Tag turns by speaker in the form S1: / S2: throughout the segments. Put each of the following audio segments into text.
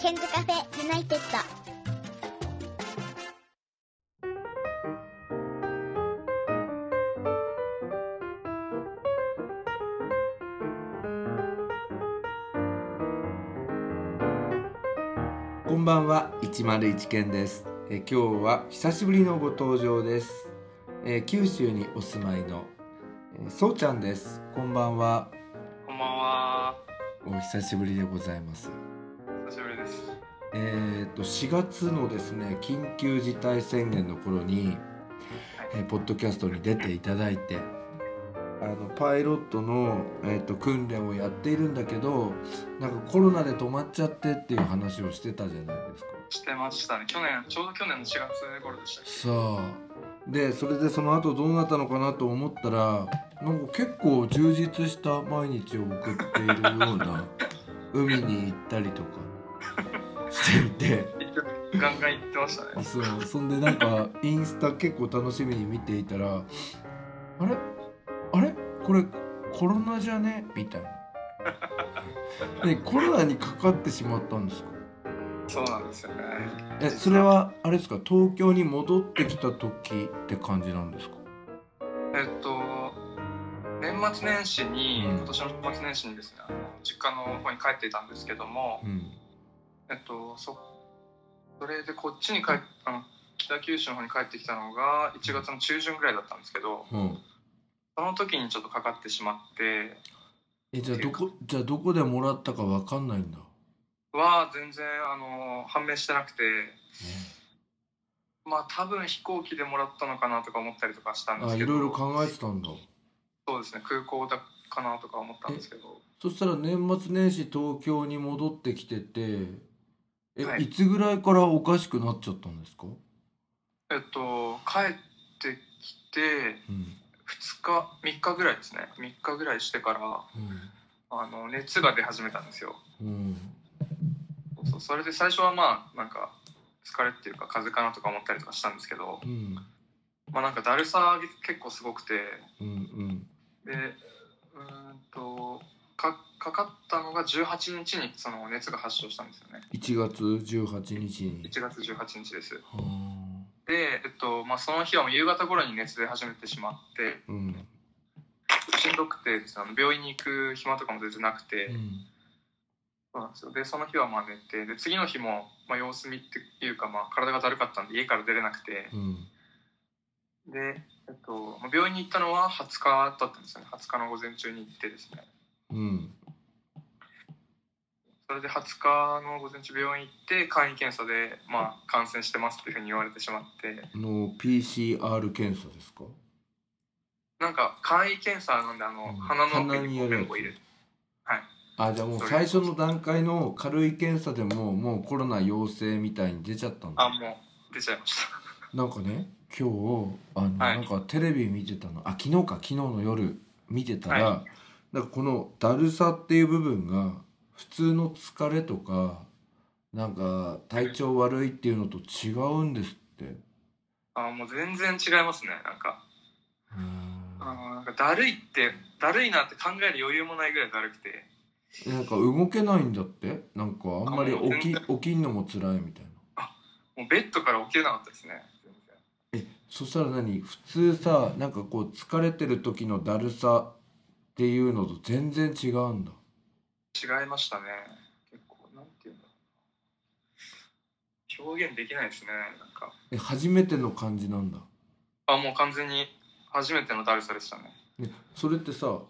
S1: ケンズカフェユナイテッド。
S2: こんばんは101件ですえー今日は久しぶりのご登場です、えー九州にお住まいの、えーそうちゃんですこんばんは
S3: こんばんは。
S2: お久しぶりでございます
S3: 久しぶりです。
S2: えーと4月のですね緊急事態宣言の頃に、えーポッドキャストに出ていただいてあのパイロットの、えーと訓練をやっているんだけどなんかコロナで止まっちゃってっていう話をしてたじゃないですか
S3: してましたね。去年、ちょうど去年の4月頃でしたっ
S2: さあでそれでその後どうなったのかなと思ったらなんか結構充実した毎日を送っているよう な海に行ったりとかしていて
S3: け。ガンガン行ってましたね。
S2: そうそんでなんかインスタ結構楽しみに見ていたらあれあれこれコロナじゃねみたい な。でコロナにかかってしまったんですか
S3: そうなんですよね。
S2: えそれはあれですか東京に戻ってきた時って感じなんですか
S3: えっと、年末年始に、
S2: うん
S3: 今年の年末年始にですね、あの実家の方に帰っていたんですけども、
S2: うん
S3: えっと、そ、それでこっちに帰っあの北九州の方に帰ってきたのが1月の中旬ぐらいだったんですけど、
S2: うん
S3: その時にちょっとかかってしまって、
S2: えじゃあどこじゃあどこでもらったかわかんないんだ、
S3: は全然あの判明してなくて、まあ多分飛行機でもらったのかなとか思ったりとかしたんで
S2: あ
S3: す
S2: い
S3: けど
S2: ろいろ考えてたんだ
S3: そうですね空港だかなとか思ったんですけど
S2: そしたら年末年始東京に戻ってきててえ、、
S3: はいい
S2: つぐらいからおかしくなっちゃったんですか、
S3: えっと帰ってきて
S2: うん
S3: 2日3日ぐらいですね3日ぐらいしてからあの熱が出始めたんですよ
S2: うんうん、
S3: そうそうそれで最初はまあなんか疲れっていうか風邪かなとか思ったりとかしたんですけど
S2: うん
S3: まあなんかだるさが結構すごくて
S2: うんうん
S3: でうーんとかかかったのが18日にその熱が発症したんですよね
S2: 1月18日に
S3: 1月18日です
S2: はあ
S3: で、えっとまあ、その日はもう夕方頃に熱出始めてしまって
S2: うん
S3: しんどくてあの病院に行く暇とかも全然なくて、
S2: うん
S3: そうなんですよでその日はまあ寝てで次の日も、まあ、様子見っていうか、まあ、体がだるかったんで家から出れなくて
S2: うん
S3: で、えっとまあ、病院に行ったのは20日だったんですよね20日の午前中に行ってですね
S2: うん
S3: それで20日の午前中病院行って簡易検査で、まあ、感染してますっていうふうに言われてしまって
S2: の PCR 検査ですか
S3: なんか簡易検査なんであの、
S2: うん
S3: 鼻の奥
S2: 鼻に
S3: に
S2: やるやつ
S3: 綿棒入れてはい
S2: あじゃあもう
S3: それ
S2: 最初の段階の軽い検査でももうコロナ陽性みたいに出ちゃったんだ
S3: あもう出ちゃいました
S2: なんかね今日あの、
S3: はい
S2: なんかテレビ見てたのあ昨日か昨日の夜見てたら、
S3: は
S2: なんかこのだるさっていう部分が普通の疲れとかなんか体調悪いっていうのと違うんですって。
S3: あもう全然違いますねなんかあーなんかだるいってだるいなって考える余裕もないぐらいだるくて
S2: なんか動けないんだってなんかあんまり
S3: あもう
S2: 起
S3: 全
S2: き
S3: 然
S2: 起きんのも辛いみたいな
S3: もうベッドから起きれなかったですね全然
S2: えそしたら何普通さなんかこう疲れてる時のだるさっていうのと全然違うんだ
S3: 違いましたね結構なんていうんだろうな表現できないですねなんか
S2: え初めての感じなんだ
S3: あもう完全に初めてのだるさでしたね
S2: ね、それってさ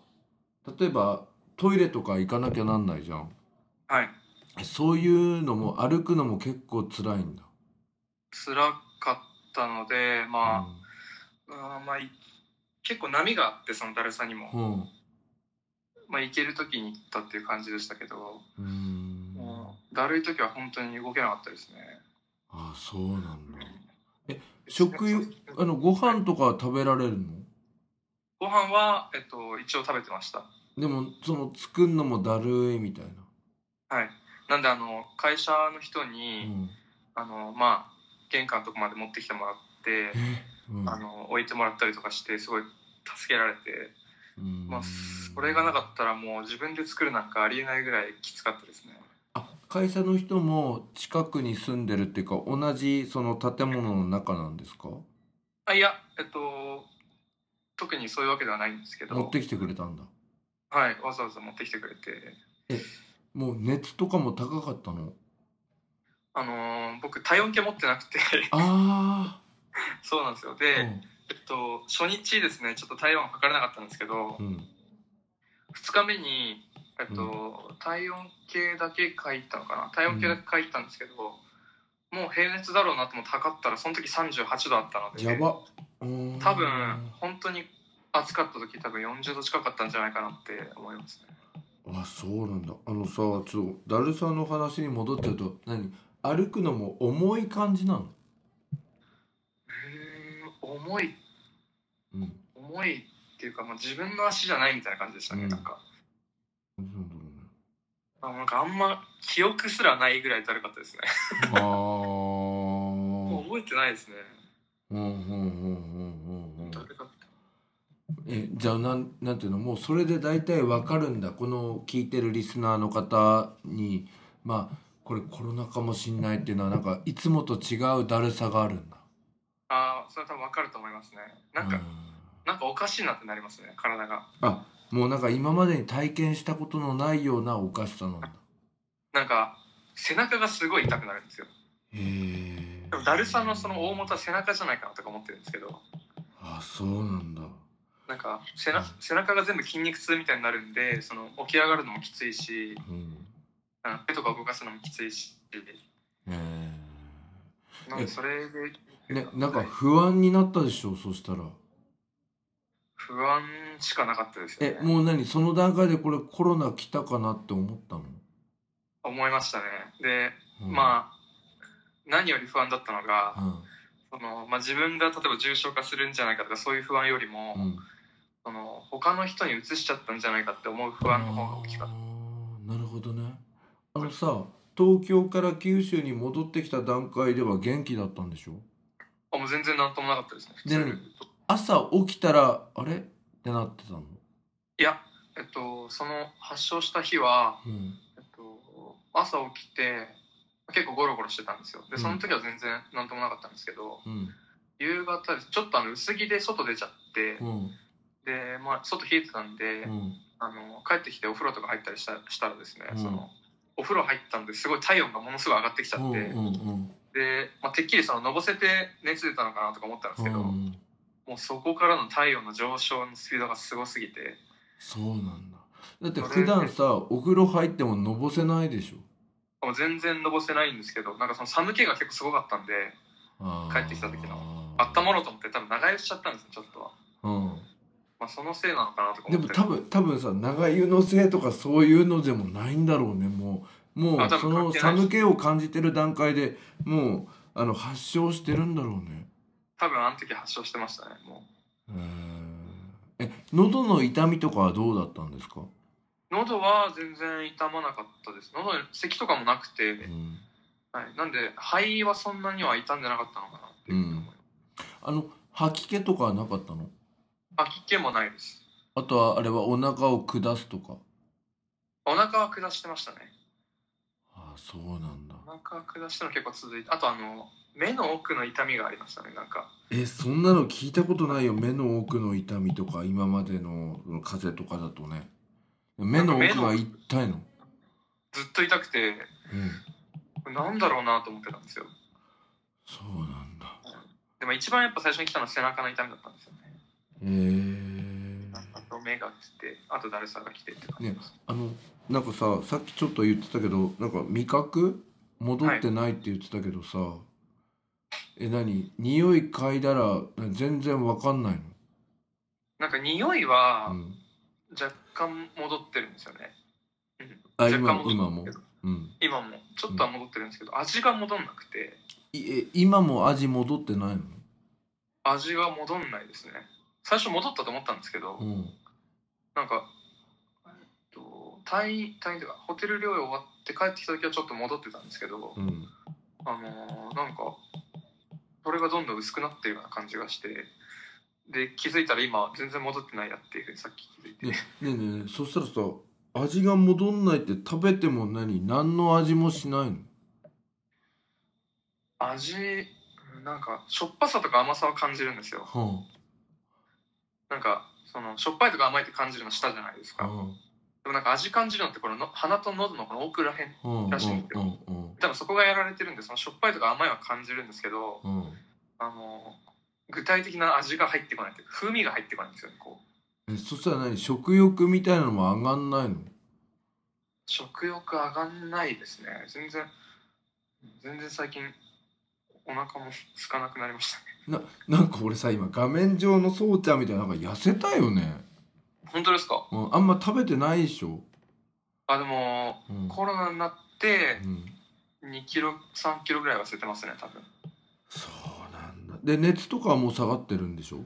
S2: 例えばトイレとか行かなきゃなんないじゃん
S3: はい
S2: えそういうのも歩くのも結構辛いんだ
S3: 辛かったのでまあ,、あーまあい結構波があってそのだるさにも、
S2: うん
S3: まあ、行ける時に行ったっていう感じでしたけど、
S2: うん
S3: もうだるい時は本当に動けなかったですね
S2: あそうなんだ食欲あのご飯とかは食べられるの
S3: ご飯は、えっと、一応食べてました
S2: でもその作んのもだるいみたいな
S3: はいなんであの会社の人
S2: う
S3: に、
S2: ん
S3: あのまあ玄関のとこまで持ってきてもらって、
S2: えうん
S3: あの置いてもらったりとかしてすごい助けられて、
S2: うん
S3: まあそれがなかったらもう自分で作るなんかありえないぐらいきつかったですね
S2: あ会社の人も近くに住んでるっていうか同じその建物の中なんですか
S3: あいやえっと特にそういうわけではないんですけど
S2: 持ってきてくれたんだ
S3: はいわざわざ持ってきてくれて
S2: もう熱とかも高かったの
S3: あのー僕体温計持ってなくて
S2: あ
S3: そうなんですよ
S2: あ
S3: で、えっと初日ですねちょっと体温測れなかったんですけど
S2: うん、うん、
S3: 2日目にえっと、体温計だけ書いたのかな体温計だけ書いたんですけど、もう平熱だろうなと思って測ったらその時38度あったので
S2: やばうーん
S3: 多分本当に暑かった時多分40度近かったんじゃないかなって思いますね
S2: あそうなんだあのさちょっとだるさんの話に戻っちゃうと何歩くのも重い感じなの
S3: うーん重い
S2: うんな
S3: 重いっていうか、まあ、自分の足じゃないみたいな感じでしたね、
S2: うん
S3: なんか
S2: るほどね
S3: あなんかあんま記憶すらないぐらいだるかったですね
S2: ああ
S3: もう覚えてないですね
S2: うんうんうんうんうんうん
S3: だるかった
S2: えじゃあなんなんていうのもうそれで大体わかるんだこの聞いてるリスナーの方にまあこれコロナかもしんないっていうのはなんかいつもと違うだるさがあるんだ
S3: ああそれ多分分かると思いますねなんか、
S2: うん
S3: なんかおかしいなってなりますね体が
S2: あもうなんか今までに体験したことのないようなおかしさなんだ
S3: なんか背中がすごい痛くなるんですよ
S2: へえ
S3: でもだるさのその大元は背中じゃないかなとか思ってるんですけど
S2: あそうなんだ
S3: なんか背な背中が全部筋肉痛みたいになるんでその起き上がるのもきついし
S2: うん
S3: あの手とか動かすのもきついし
S2: へえ
S3: なんかそれで、
S2: ね、なんか不安になったでしょそしたら
S3: 不安しかなかったですよ、
S2: え
S3: ね、
S2: もう何その段階でこれコロナ来たかなって思ったの、
S3: 思いましたねで、
S2: うん、
S3: まあ何より不安だったのが、
S2: あ
S3: そのまあ、自分が例えば重症化するんじゃないかとかそういう不安よりも、
S2: うん、うん
S3: その他の人にうつしちゃったんじゃないかって思う不安の方が大きかった
S2: あーなるほどねあのさ東京から九州に戻ってきた段階では元気だったんでしょ
S3: あもう全然何ともなかったですね普通に
S2: で朝起きたらあれってなってたの、
S3: いやえっとその発症した日は
S2: うん、
S3: えっと、朝起きて結構ゴロゴロしてたんですよ
S2: う
S3: で
S2: ん
S3: その時は全然何ともなかったんですけど、
S2: うん
S3: 夕方ですちょっとあの薄着で外出ちゃって、
S2: うん
S3: で、まあ、外冷えてたんで、
S2: うん
S3: あの帰ってきてお風呂とか入ったりしたしたらですね、
S2: うん
S3: そのお風呂入ったんですごい体温がものすごい上がってきちゃって、
S2: うんうん
S3: で、まあ、てっきりそののぼせて熱出たのかなとか思ったんです
S2: う
S3: けど、
S2: ん
S3: もうそこからの体温の上昇のスピードがすごすぎて
S2: そうなんだだって普段さお風呂入ってものぼせないでしょ
S3: もう全然のぼせないんですけどなんかその寒気が結構すごかったんで
S2: あー
S3: 帰ってきた時の温まろうと思って多分長湯しちゃったんですよちょっとは。
S2: うん
S3: まあ、そのせいなのかなとか
S2: で
S3: 思っ
S2: も
S3: て
S2: 多分多分さ長湯のせいとかそういうのでもないんだろうねもうも
S3: あ
S2: う
S3: 多
S2: そ
S3: 分
S2: の
S3: 関係ない
S2: 寒気を感じてる段階でもうあの発症してるんだろうね。
S3: 多分あの時発症してましたねも
S2: え喉の痛みとかはどうだったんですか、
S3: う喉は全然痛まなかったです喉に咳とかもなくて、
S2: うん
S3: はい、なんで肺はそんなには痛んでなかったのかなっていうふうに思います、
S2: あの吐き気とかはなかったの
S3: 吐き気もないです
S2: あとはあれはお腹を下すとか
S3: お腹は下してましたね
S2: ああそうなんだ
S3: お腹は下したの結構続いてあとあの目の奥の痛みがありましたねなんか
S2: えそんなの聞いたことないよ目の奥の痛みとか今までのその風邪とかだとね目の奥が痛いの、
S3: ずっと痛くて
S2: うん、
S3: これなんだろうなと思ってたんですよ
S2: そうなんだ
S3: でも一番やっぱ最初に来たのは背中の痛みだったんですよね
S2: へえ
S3: あと目が来てあとだるさが来てって感じです、
S2: あのなんかささっきちょっと言ってたけどなんか味覚戻ってないって言ってたけどさ、え何匂い嗅いだら全然わかんない
S3: なんか匂いは、
S2: の、うん、
S3: 若干戻ってるんですよね
S2: あ
S3: 若干
S2: 今
S3: 戻
S2: 今
S3: って
S2: も
S3: るけど、
S2: うん、
S3: 今もちょっとは戻ってるんですけど、味が戻んなくて
S2: いえ今も味戻ってないの、
S3: 味が戻んないですね最初戻ったと思ったんですけど、
S2: うん、
S3: なんか、えっと、退院退院というかホテル療養終わって帰ってきた時はちょっと戻ってたんですけど、
S2: うん、
S3: あのーなんかそれがどんどん薄くなってるような感じがしてで気づいたら今全然戻ってないやっていうふうにさっき気づいて、
S2: ねえねえねえそしたらさ味が戻んないって食べても何何の味もしないの
S3: 味なんかしょっぱさとか甘さは感じるんですよ
S2: は
S3: なんかそのしょっぱいとか甘いって感じるの舌じゃないです
S2: あ、
S3: か
S2: は
S3: でもなんか味感じるのってこのの鼻と喉のこの奥らへん
S2: あ、はあ、
S3: らしいんですよ多分そこがやられてるんでそのしょっぱいとか甘いは感じるんですけど
S2: うんうん
S3: あの具体的な味が入ってこないっていうか風味が入ってこないんですよねこう
S2: えそしたら何食欲みたいなのも上がんないの
S3: 食欲上がんないですね全然全然最近お腹も空かなくなりましたね
S2: なんか俺さ今画面上のそうちゃんみたいななんか痩せたよね、
S3: 本当ですか
S2: うん、あんま食べてないでしょ、
S3: あでも
S2: うん
S3: コロナになって
S2: うん、
S3: 2キロ3キロぐらい忘れてますね多分
S2: そうなんだで熱とかはもう下がってるんでしょ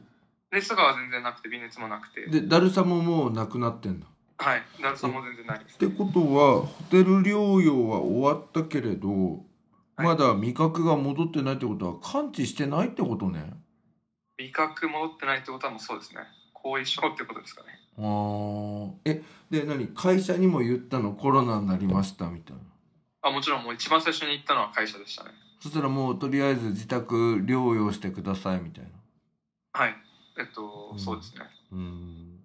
S3: 熱とかは全然なくて微熱もなくて
S2: でだるさももうなくなってんだ
S3: はいだるさも全然ないで
S2: っ
S3: す
S2: てことはホテル療養は終わったけれど、
S3: はい
S2: まだ味覚が戻ってないってことは完治してないってことね
S3: 味覚戻ってないってことはもうそうですね後遺症ってことですかね
S2: あーえで何会社にも言ったのコロナになりましたみたいな
S3: あもちろんもう一番最初に行ったのは会社でしたね
S2: そしたらもうとりあえず自宅療養してくださいみたいな
S3: はいえっと、
S2: うん
S3: そうですね
S2: うん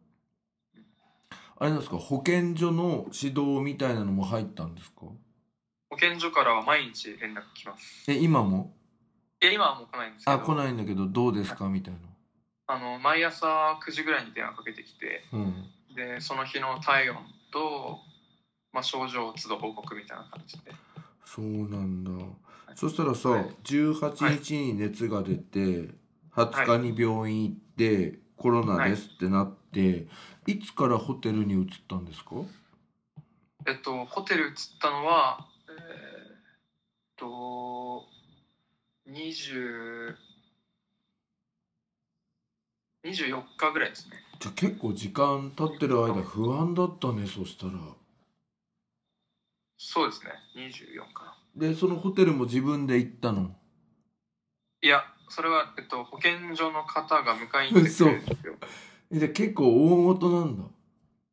S2: あれなんですか保健所の指導みたいなのも入ったんですか
S3: 保健所からは毎日連絡来ます
S2: え今も
S3: いや今はもう来ないんですけど
S2: あ来ないんだけどどうですかみたい
S3: あの毎朝9時ぐらいに電話かけてきて
S2: なうん
S3: でその日の体温と、まあ、症状を都度報告みたいな感じで
S2: そうなんだ。
S3: い
S2: そしたらさ、
S3: はい
S2: 18日に熱が出て、20日に病院行って、コロナですってなって、い、つからホテルに移ったんですか？
S3: えっとホテル移ったのはえーっと20 24日ぐらいですね
S2: じゃあ結構時間経ってる間不安だったね。そしたら。
S3: そうですね24かな
S2: でそのホテルも自分で行ったの。
S3: いやそれは、えっと、保健所の方が迎えに来てくれるんですよ
S2: えじゃあ結構大元なんだ。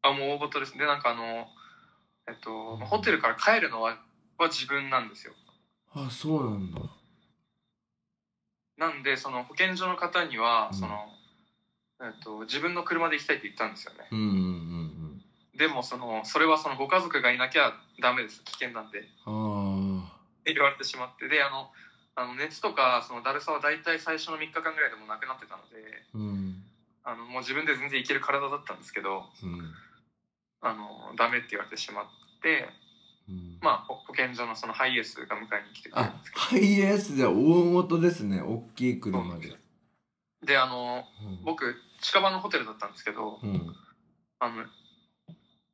S3: あもう大事ですねでなんかあのえっとホテルから帰るのはは自分なんですよ
S2: あそうなんだ。
S3: なんでその保健所の方には、
S2: うん
S3: そのえっと、自分の車で行きたいって言ったんですよね
S2: うんうんうん
S3: でもそのそれはそのご家族がいなきゃダメです危険なんでっ
S2: うん。ああ。
S3: て言われてしまってであのあの熱とかそのだるさは大体最初の3日間ぐらいでもうなくなってたので
S2: うん
S3: あのもう自分で全然いける体だったんですけど
S2: うん
S3: あのダメって言われてしまって、
S2: うん。
S3: まあ、ほ保健所のそのハイエースが迎えに来てくれるん
S2: あ
S3: ですけ
S2: ハイエースじゃ大元ですね。大きい
S3: ど、
S2: 車で。
S3: であの
S2: うん
S3: 僕近場のホテルだったんですけど
S2: うん。
S3: あの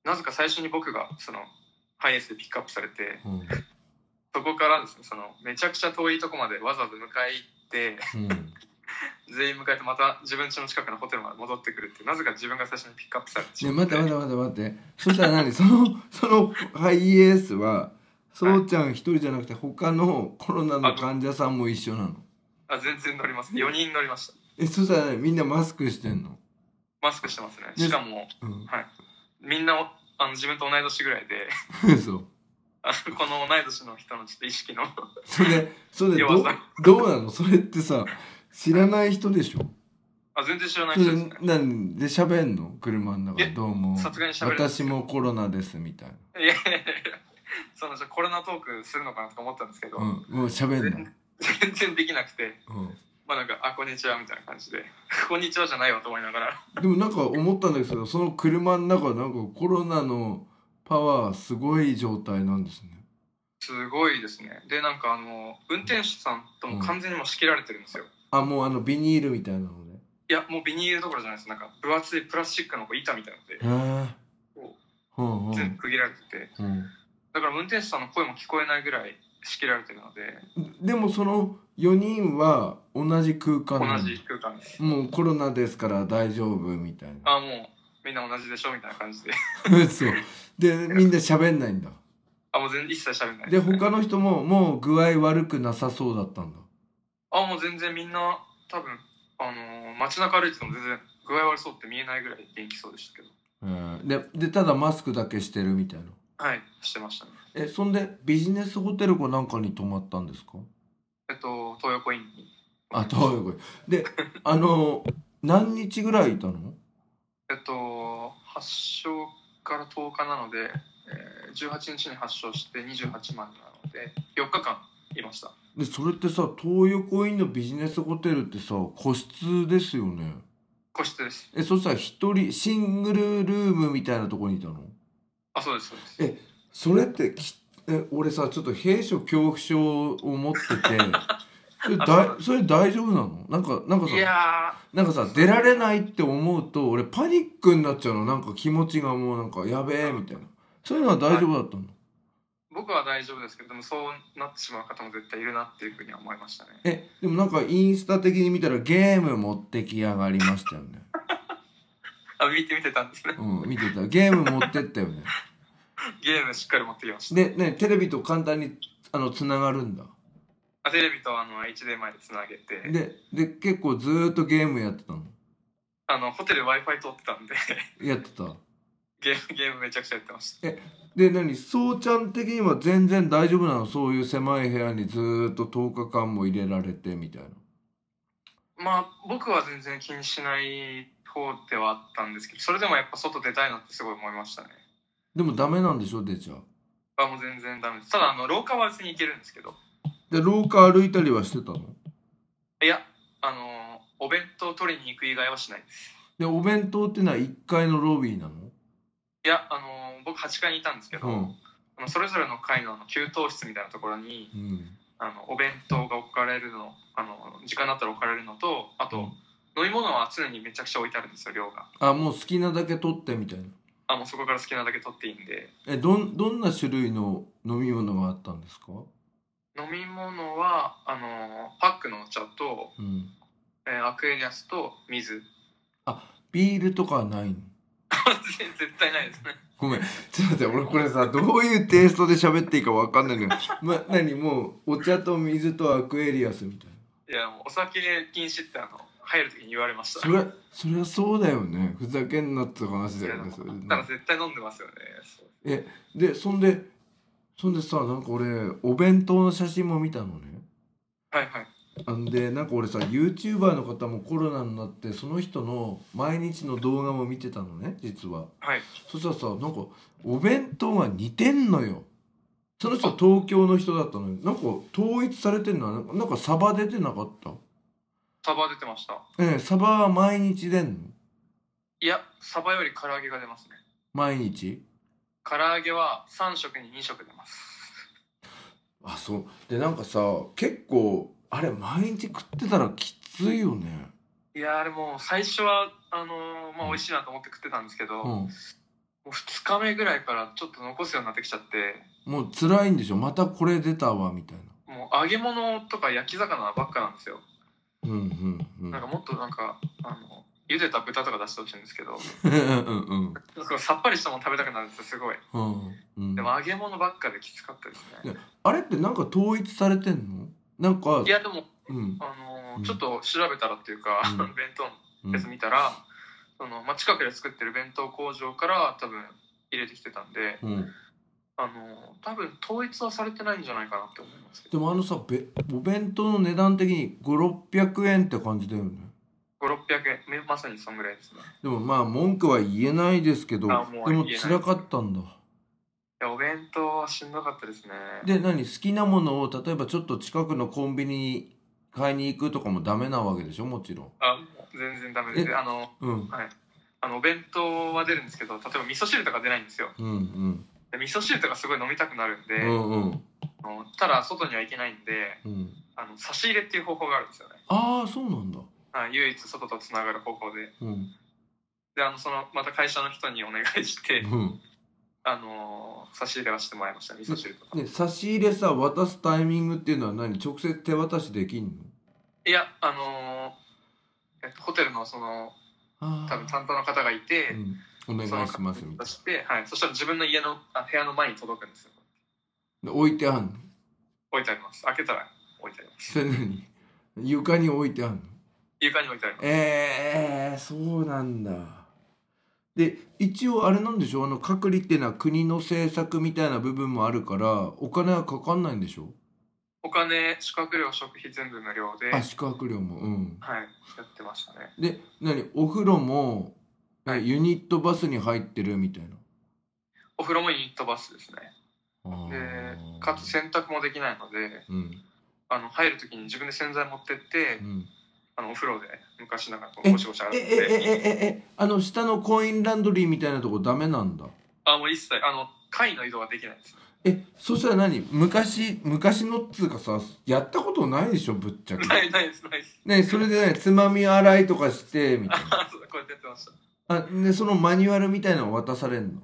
S3: なぜか最初に僕がそのハイエースでピックアップされて
S2: うん
S3: そこからですねそのめちゃくちゃ遠いとこまでわざわざ迎え行って
S2: うん
S3: 全員迎えてまた自分家の近くのホテルまで戻ってくるっていうなぜか自分が最初にピックアップされてし
S2: ね、
S3: まっ
S2: 待ってて待って待って待ってそしたら何 そのそのハイエースはそうちゃん一人じゃなくて他のコロナの患者さんも一緒なの
S3: あ全然乗ります4人乗りました
S2: えそしたら、ね、みんなマスクしてんの、
S3: マスクしてますね
S2: ね
S3: しかも
S2: うん、
S3: みんなおあの自分と同い年ぐらいで
S2: そう
S3: あのこの同い年の人のちょっと意識の
S2: それそれ
S3: 弱
S2: ど
S3: さ
S2: どうなのそれってさ知らない人でしょ
S3: あ全然知らない
S2: そ
S3: 人
S2: れ
S3: ですね
S2: なんで喋んの車の中
S3: え
S2: どうも
S3: さすがに喋る
S2: 私もコロナですみたい
S3: いやいやいやそのじゃあコロナトークするのかなとか思ったんですけど、
S2: な、うん、もう喋んの、
S3: 全然できなくて
S2: う
S3: まあなんか「あこんにちは」みたいな感じで 「こんにちは」じゃないわと思いながら
S2: ん、でもなんか思ったんですけどその車の中なんかコロナのパワーすごい状態なんですね
S3: すごいですねでなんかあの運転手さんとも完全にもう仕切られてるんですよ、
S2: あもうあのビニールみたいなのね
S3: いやもうビニールどころじゃないですなんか分厚いプラスチックのこう板みたいな
S2: へ
S3: ので
S2: え
S3: こ
S2: ほんほ
S3: 全部
S2: ん
S3: 区切られてて
S2: うん
S3: だから運転手さんの声も聞こえないぐらい仕切られてるので
S2: でもその4人は同じ空間
S3: 同
S2: なの
S3: じ空間です
S2: もうコロナですから大丈夫みたいな
S3: あもうみんな同じでしょみたいな感じで
S2: そうでみんな喋んないんだ
S3: あもう全然一切喋んない
S2: です
S3: ね
S2: 他の人ももう具合悪くなさそうだったんだ
S3: あもう全然みんな多分あのー街中歩いてても全然具合悪そうって見えないぐらい元気そうでしたけど
S2: うん、ででただマスクだけしてるみたいな
S3: はいしてましたね
S2: えそんでビジネスホテルかなんかに泊まったんですか
S3: えっと東横インに
S2: あ東横であの何日ぐらいいたの
S3: えっと発症から10日なので、えー、18日に発症して28万なので4日間いました
S2: でそれってさ東横インのビジネスホテルってさ個室ですよね
S3: 個室です
S2: えそしたら一人シングルルームみたいなとこにいたの
S3: あそうですそうです
S2: えそれってきえ俺さちょっと閉所恐怖症を持っててそれだいそれ大丈夫なのなんかなんか
S3: い
S2: さ
S3: や
S2: なんかさ出られないって思うと俺パニックになっちゃうのなんか気持ちがもうなんかやべえみたいなそういうのは大丈夫だったの、
S3: ー僕は大丈夫ですけどでもそうなってしまう方も絶対いるなっていうふうには思いましたね
S2: えでもなんかインスタ的に見たらゲーム持ってきやがりましたよね
S3: あ見て見てたんですね
S2: うん見てたゲーム持ってったよね
S3: ゲームしっかり持ってきました
S2: でねテレビと簡単にあのつながるんだ
S3: あテレビとあの HD 前でつなげて
S2: でで結構ずーっとゲームやってたの
S3: あのホテル w i f i 通ってたんで
S2: やってた
S3: ゲームゲームめちゃくちゃやってました
S2: で何そうちゃん的には全然大丈夫なのそういう狭い部屋にずーっと10日間も入れられてみたいな
S3: まあ僕は全然気にしない方ではあったんですけどそれでもやっぱ外出たいなってすごい思いましたね
S2: でもダメなんでしょ出ちゃう
S3: あもう全然ダメですただあの廊下は別に行けるんですけど
S2: で廊下歩いたりはしてたの
S3: いやあのお弁当取りに行く以外はしないです
S2: でお弁当っていうのは1階のロビーなの
S3: いやあの僕8階にいたんですけど、
S2: うん
S3: あのそれぞれの階のあの給湯室みたいなところに
S2: うん
S3: あのお弁当が置かれるのあの時間になったら置かれるのとあと、
S2: うん
S3: 飲み物は常にめちゃくちゃ置いてあるんですよ量が
S2: あもう好きなだけ取ってみたいな
S3: あもうそこから好きなだけ取っていいんで
S2: えどんどんな種類の飲み物があったんですか
S3: 飲み物はあのパックのお茶と、
S2: うん
S3: えーアクエリアスと水
S2: ビールとかはないの
S3: 絶対ないですね
S2: ごめんちょっと待って俺これさどういうテイストで喋っていいかわかんないのよ、 ま、何もうお茶と水とアクエリアスみたいない
S3: やもうお酒禁止ってあの入る時に言われました
S2: それそりゃそうだよねふざけんなって話だよねそれ
S3: だから絶対飲んでますよねそう
S2: でそんでそんでさなんか俺お弁当の写真も見たのね
S3: はいはい
S2: あんでなんか俺さ YouTuber の方もコロナになってその人の毎日の動画も見てたのね実は
S3: はい
S2: そしたらさなんかお弁当が似てんのよその人は東京の人だったのになんか統一されてんのはなんかなんかサバ出てなかった
S3: サバ出てました
S2: ええサバは毎日出んの
S3: いやサバより唐揚げが出ますね
S2: 毎日
S3: 唐揚げは3食に2食出ます
S2: あそうでなんかさ結構あれ毎日食ってたらきついよね
S3: いやあれもう最初はあのーまあ美味しいなと思って食ってたんですけど、
S2: う
S3: も
S2: ん
S3: う2日目ぐらいからちょっと残すようになってきちゃって
S2: もう辛いんでしょまたこれ出たわみたい
S3: もう揚げ物とか焼き魚ばっかなんですよ
S2: なうんうんうん
S3: なんかもっとなんかあの茹でた豚とか出してほしいんですけど
S2: うんうん
S3: なんかさっぱりしたもの食べたくなるんですよすごい
S2: うんうん
S3: でも揚げ物ばっかできつかったですね
S2: あれってなんか統一されてんのなんか
S3: いやでも、
S2: うん
S3: あのー
S2: うん
S3: ちょっと調べたらっていうか、
S2: うん
S3: 弁当
S2: う
S3: の
S2: ん
S3: やつ見たら、そのまあ、近くで作ってる弁当工場から多分入れてきてたんで、
S2: うん
S3: あのー多分統一はされてないんじゃないかなって思いますけ
S2: で
S3: ど
S2: もあのさべお弁当の値段的に5600円って感じだよね
S3: 5600円めまさにそんぐらいですね
S2: でもまあ文句は言えないですけど
S3: あもう
S2: でも
S3: 言えない
S2: 辛かったんだ
S3: いやお弁当はしんどかったですね
S2: で何好きなものを例えばちょっと近くのコンビニに買いに行くとかもダメなわけでしょもちろん
S3: あもう全然ダメです
S2: え
S3: あの
S2: うん
S3: あのお弁当は出るんですけど例えば味噌汁とか出ないんですよ
S2: うんうん
S3: で味噌汁とかすごい飲みたくなるんで、
S2: うんうん
S3: あのただ外には行けないんで
S2: うん
S3: あの差し入れっていう方法があるんですよね
S2: ああそうなんだ
S3: あ唯一外とつながる方法で
S2: うん
S3: であのそのまた会社の人にお願いして、
S2: うん
S3: あのー差し入れはしてもらいました味噌汁とか、
S2: ね差し入れさ渡すタイミングっていうのは何直接手渡しできんの
S3: いやあのーえっと、ホテルのその
S2: あ
S3: 多分
S2: あ、
S3: 担当の方がいて、
S2: うん、お願い
S3: その
S2: しますみた
S3: 出
S2: い
S3: して、はい、そしたら自分の家のあ部屋の前に届くんですよ
S2: なで置いてあんの
S3: 置いてあります開けたら置いてあります
S2: それ何床に置いてあんの
S3: 床に置いてあります
S2: ええそうなんだで一応あれなんでしょあの隔離っていうのは国の政策みたいな部分もあるからお金はかかんないんでしょ
S3: お金宿泊料食費全部無料では
S2: あ
S3: い
S2: 宿泊料もうん
S3: やってましたね
S2: で何お風呂も
S3: はい
S2: ユニットバスに入ってるみたいな
S3: お風呂もユニットバスですね
S2: あ
S3: で
S2: ー
S3: かつ洗濯もできないので
S2: うん
S3: あの入る時に自分で洗剤持ってって、
S2: うん
S3: あのお風呂で昔ながらこ
S2: え
S3: うゴシゴシ洗っ
S2: えええ
S3: て
S2: えええあの下のコインランドリーみたいなとこダメなんだ
S3: あもう一切あの階の移動はできないです
S2: えそしたら何昔昔のっつうかさやったことないでしょぶっちゃけ
S3: ないないですないです
S2: ねそれでねつまみ洗いとかしてみたいな
S3: あそうこうやってやってました
S2: あでそのマニュアルみたいなの渡されんの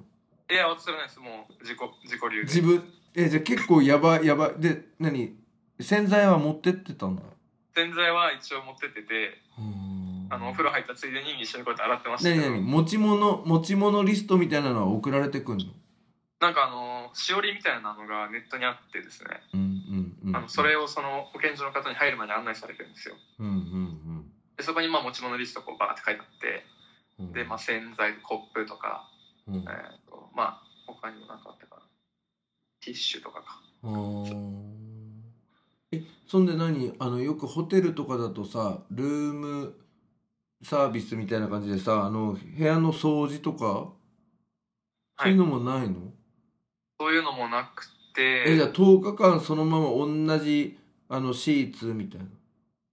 S3: いや渡されないですもう自己自己流で
S2: 自分えじゃあ結構やばいやばいで何洗剤は持ってってたんだ
S3: 洗剤は一応持ってっててあのお風
S2: 呂
S3: 呂入ったついでに一緒にこうやって洗ってましたけ
S2: 何
S3: ど
S2: 何持ち物持ち物リストみたいなのは送られてくんの
S3: なんかあのしおりみたいなのがネットにあってですね、
S2: うんうんうん
S3: あのそれをその保健所の方に入る前に案内されてるんですよ
S2: うんうん
S3: でそこにまあ持ち物リストこうバーって書いてあって
S2: うんうん
S3: で、まあ、洗剤コップとか、
S2: うん
S3: えーとまあ他にも何かあったかなティッシュとかか
S2: あーえそんで何あのよくホテルとかだとさルームサービスみたいな感じでさあの部屋の掃除とかそう
S3: はい
S2: いうのもないの、
S3: そういうのもなく
S2: えじゃあ
S3: て
S2: 10日間そのまま同じあのシーツみたいな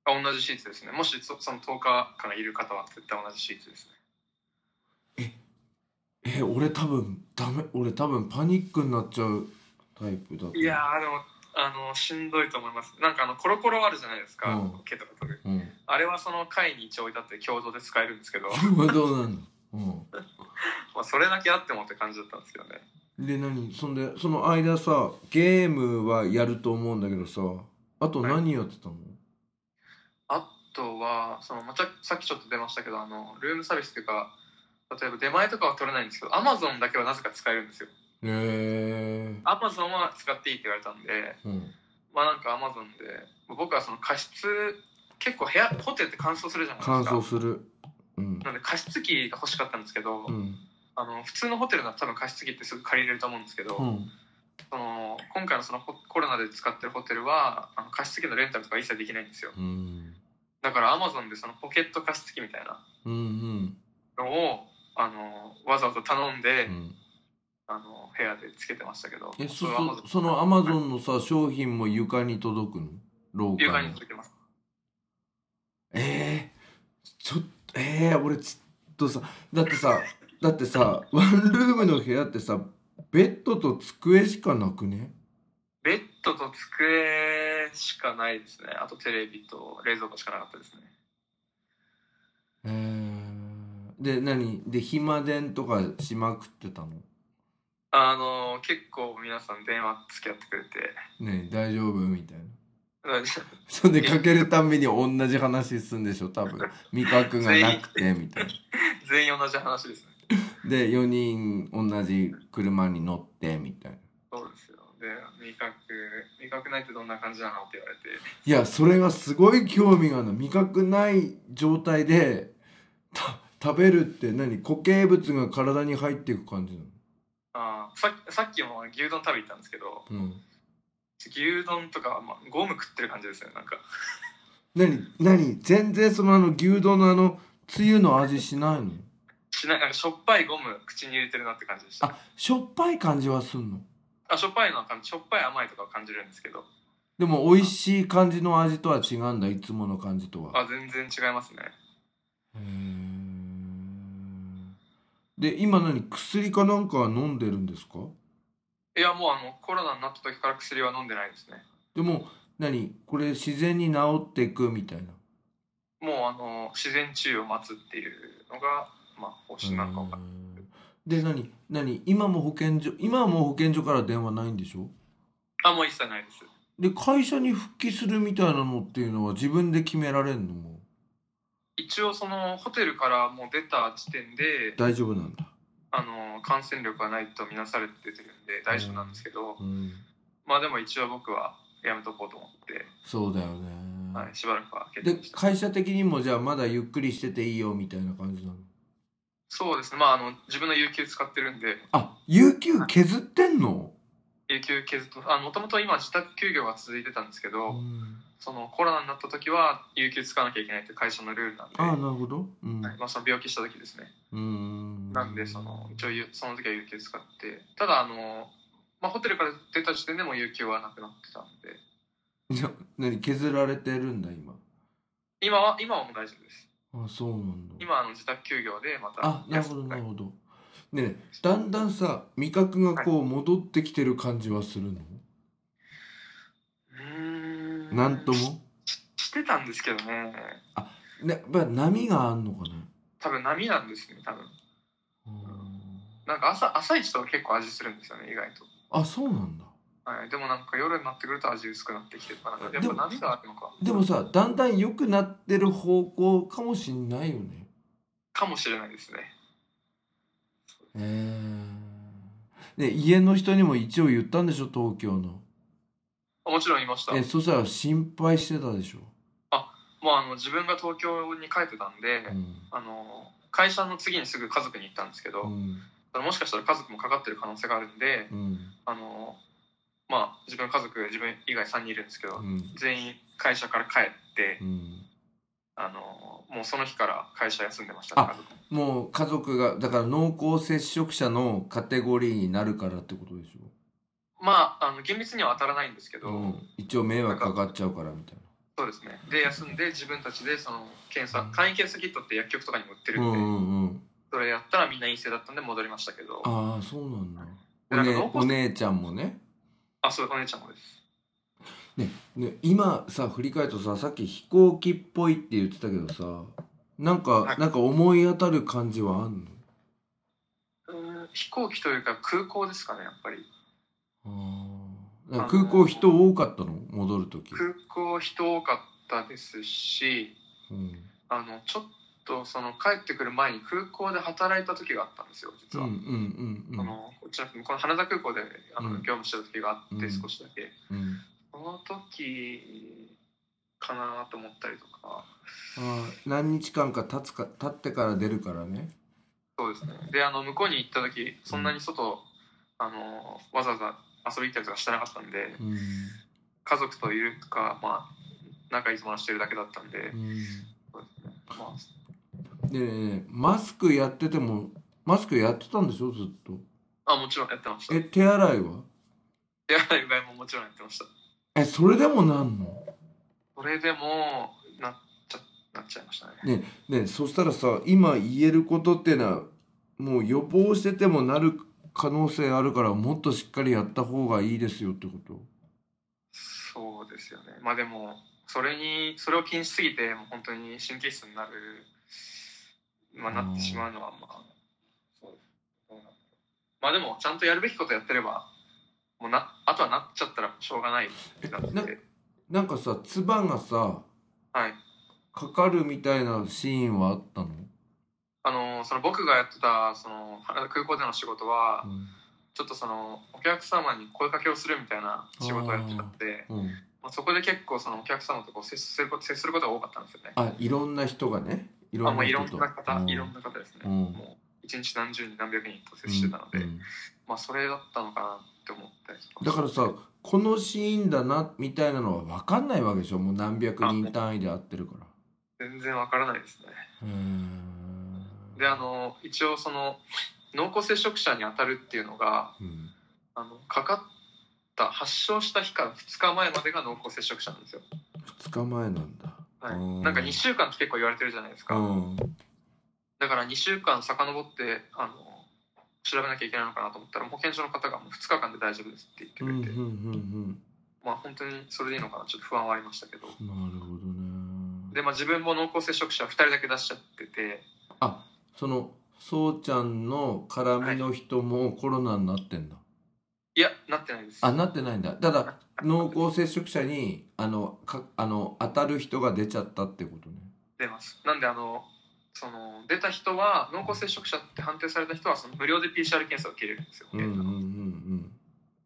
S3: あ同じシーツですねもしそその10日間いる方は絶対同じシーツですね
S2: え俺多分ダメ俺多分パニックになっちゃうタイプだと
S3: いやーでもあのしんどいと思いますなんかあのコロコロあるじゃないですか、
S2: うん
S3: 毛とか取る
S2: うん
S3: あれはその会に一応置いてあって共同で使えるんですけど、
S2: 今どうなんの、
S3: まあ、それだけあってもって感じだったんですけどね
S2: うん、で何そんでその間さゲームはやると思うんだけどさあと何やってたの、
S3: あとはそのまたさっきちょっと出ましたけどあのルームサービスっていうか例えば出前とかは取れないんですけどアマゾンだけはなぜか使えるんですよ
S2: へえ
S3: アマゾンは使っていいって言われたんで
S2: うん
S3: まあなんかアマゾンで僕はその加湿結構部屋ホテルって乾燥するじゃない
S2: 乾
S3: ですか
S2: 燥するうん
S3: なんで加湿器が欲しかったんですけど、
S2: うん
S3: あの普通のホテルなら多分加湿器ってすぐ借りれると思うんですけど、
S2: うん
S3: その今回のそのホコロナで使ってるホテルはあの加湿器のレンタルとか一切できないんですよ
S2: うん
S3: だからアマゾンでそのポケット加湿器みたいな
S2: うんうん
S3: のをあのわざわざ頼んで、
S2: うん
S3: あの部屋でつけてましたけど
S2: えそ
S3: れは Amazon
S2: そそのアマゾンのさ商品も床に届くの廊
S3: 床
S2: 下
S3: に
S2: に
S3: 届けます
S2: えー、ちょっとえー、俺ちょっとさだってさだってさワンルームの部屋ってさベッドと机しかなくね
S3: ベッドと机しかないですねあとテレビと冷蔵庫しかなかったですね
S2: えー、で何で暇電とかしまくってたの
S3: あの結構皆さん電話付き合ってくれて
S2: ねえ大丈夫みたいな
S3: うん
S2: そんでかけるたんびに同じ話すんでしょ多分味覚がなくてみたいな
S3: 全員同じ話ですね
S2: で4人同じ車に乗ってみたいな
S3: そうですよで味覚味覚ないってどんな感じなのって言われて
S2: いやそれがすごい興味があるの味覚ない状態でた食べるって何固形物が体に入っていく感じなの
S3: あーささっきも牛丼食べに行ったんですけど
S2: うん
S3: 牛丼とか、まあ、ゴム食ってる感じですよねなんか
S2: 何何全然そのあの牛丼のあのつゆの味しないの
S3: しないなんかしょっぱいゴム口に入れてるなって感じでした
S2: あしょっぱい感じはすんの
S3: あしょっぱいのは感じしょっぱい甘いとかは感じるんですけど
S2: でも美味しい感じの味とは違うんだいつもの感じとは
S3: あ全然違いますね
S2: へえで今何薬かなんかは飲んでるんですか
S3: いやもうあのコロナになった時から薬は飲んでないですね
S2: でも何これ自然に治っていくみたいな
S3: もうあの自然治癒を待つっていうのがまあ方針なのかわかんない
S2: で何何今も保健所今はもう保健所から電話ないんでしょ
S3: あもう一切ないです
S2: で会社に復帰するみたいなのっていうのは自分で決められんのも
S3: 一応そのホテルからもう出た時点で
S2: う大丈夫なんだ
S3: あの感染力がないとみなされて出てるんで大丈夫なんですけど、
S2: うん
S3: まあでも一応僕はやめとこうと思って、
S2: そうだよね、
S3: はい、しばらくは開け
S2: で
S3: てました
S2: 会社的にもじゃあまだゆっくりしてていいよみたいな感じなの
S3: そうですねまああの自分の有給使ってるんで
S2: あ有給削ってんの、
S3: 有給削っともともと今自宅休業が続いてたんですけど、
S2: うん
S3: そのコロナになった時は有給使わなきゃいけないって会社のルールなんで
S2: ああなるほどうん、
S3: はいまあ、その病気した時ですね
S2: うん
S3: なんでその一応有その時は有給使ってただあの、まあ、ホテルから出た時点でもう有給はなくなってたんで
S2: じゃ何削られてるんだ今
S3: 今は今はもう大丈夫です
S2: あそうなんだ
S3: 今あの自宅休業でまた
S2: あなるほど
S3: 休
S2: なる
S3: はい
S2: ほどねえだんだんさ味覚がこう戻ってきてる感じはするの、
S3: うーん
S2: なんとも
S3: してたんですけどね
S2: ねやっぱ波があんのかね
S3: 多分波なんですね多分なんか朝朝一とか結構味するんですよね意外と、
S2: あそうなんだ
S3: はい、でもなんか夜になってくると味薄くなってきてとかなんかやっ
S2: でも
S3: ぱ波があるのか
S2: でもさだんだん良くなってる方向かもしんないよね
S3: かもしれないですね
S2: ええね家の人にも一応言ったんでしょ東京の
S3: あもちろんいました
S2: えそしたら心配してたでしょ、
S3: もうあの自分が東京に帰ってたんで、
S2: うん
S3: あの会社の次にすぐ家族に行ったんですけど、
S2: うん
S3: もしかしたら家族もかかってる可能性があるんで
S2: うん
S3: あのまあ自分家族自分以外3人いるんですけど、
S2: うん
S3: 全員会社から帰って、
S2: うん
S3: あのもうその日から会社休んでました、
S2: あ
S3: 家族
S2: もう家族がだから濃厚接触者のカテゴリーになるからってことでし
S3: まああの厳密には当たらないんですけ
S2: ょ、
S3: ど、
S2: うん、一応迷惑かかっちゃうからみたい
S3: そうですねで休んで自分たちでその検査簡易検査キットって薬局とかにも売ってる
S2: なうん
S3: で、
S2: んうんうん
S3: それやったらみんな陰性だったんで戻りましたけどあ
S2: ああそうなんだ
S3: で
S2: お,、
S3: なん
S2: ね
S3: か、濃
S2: お
S3: 厚
S2: 姉ちゃんもね
S3: そうお姉ちゃんもです
S2: ねね今さ振り返るとささっき飛行機っぽいって言ってたけどさなんか、
S3: はい
S2: なんか思い当たる感じはあんの
S3: うーん飛行機というか空港ですかねやっぱり
S2: あーなんか空港人多かったの戻る時、
S3: 空港人多かったですし
S2: うん
S3: あのちょっとその帰ってくる前に空港で働いた時があったんですよ
S2: う
S3: 実
S2: んう
S3: は、
S2: んうんう
S3: あ
S2: ん
S3: のこっちのこの羽田空港であの
S2: うん
S3: 業務してた時があって、
S2: うん
S3: 少しだけ
S2: うん
S3: その時かなと思ったりとか
S2: あー何日間か経つか経ってから出るからね
S3: そうですねであの向こうに行った時そんなに外、あのわざわざ遊び行ったりとかしてなかったんで
S2: うん
S3: 家族といるとかまあ仲いい友達といるだけだったんで、
S2: うん
S3: そうですねまあ
S2: でねマスクやっててもマスクやってたんでしょずっと
S3: あ、もちろんやってました。
S2: え手洗いは
S3: 手洗いうがいももちろんやってました。
S2: えそれでもなんの
S3: それでも、なっちゃ、なっちゃいましたね。
S2: ねそしたらさ今言えることってのはもう予防しててもなる可能性あるからもっとしっかりやった方がいいですよってこと
S3: そうですよね。まあでも、それに、それを気にしすぎて、もう本当に神経質になる、まあなってしまうのは、まあ、そうどうなんだろうまあでも、ちゃんとやるべきことやってれば、もうな、あとはなっちゃったらしょうがないなって
S2: ななんかさ唾がさ
S3: はい。
S2: かかるみたいなシーンはあったの、
S3: あの、その僕がやってた、その、空港での仕事は、ちょっとその、お客様に声かけをするみたいな仕事をやってたんで、
S2: うんうん、
S3: まあ、そこで結構そのお客様とこう接すること接することが多かったんですよね。
S2: あいろんな人がねい
S3: あもういろん
S2: 人と
S3: な方、
S2: うん
S3: いろんな方ですね。
S2: うん
S3: もう一日何十人何百人と接してたので、
S2: うんうん
S3: まあそれだったのかなって思ったりとか。
S2: だからさこのシーンだなみたいなのは分かんないわけでしょもう何百人単位で会ってるから
S3: 全然わからないですね。
S2: うーん
S3: であの一応その濃厚接触者に当たるっていうのが
S2: うん
S3: あのかかった発症した日から2日前までが濃厚接触者なんですよ。
S2: 2日前なんだ
S3: は
S2: う
S3: い、
S2: ん
S3: なんか2週間って結構言われてるじゃないです
S2: う
S3: か。
S2: ん
S3: だから2週間遡ってあの調べなきゃいけないのかなと思ったら保健所の方がもう2日間で大丈夫ですって言って
S2: うんう
S3: く
S2: んう
S3: れ
S2: ん
S3: て、
S2: うん
S3: まあ本当にそれでいいのかなちょっと不安はありましたけど
S2: なるほどね
S3: で、まあ、自分も濃厚接触者2人だけ出しちゃってて
S2: あそのそうちゃんの絡みの人もコロナになってんだ、
S3: いやなってないです
S2: あなってないんだただ濃厚接触者にあのかあの当たる人が出ちゃったってことね
S3: 出ますなんであのその出た人は濃厚接触者って判定された人はその無料で PCR 検査を受けれるんですよ、
S2: うんうんうんうん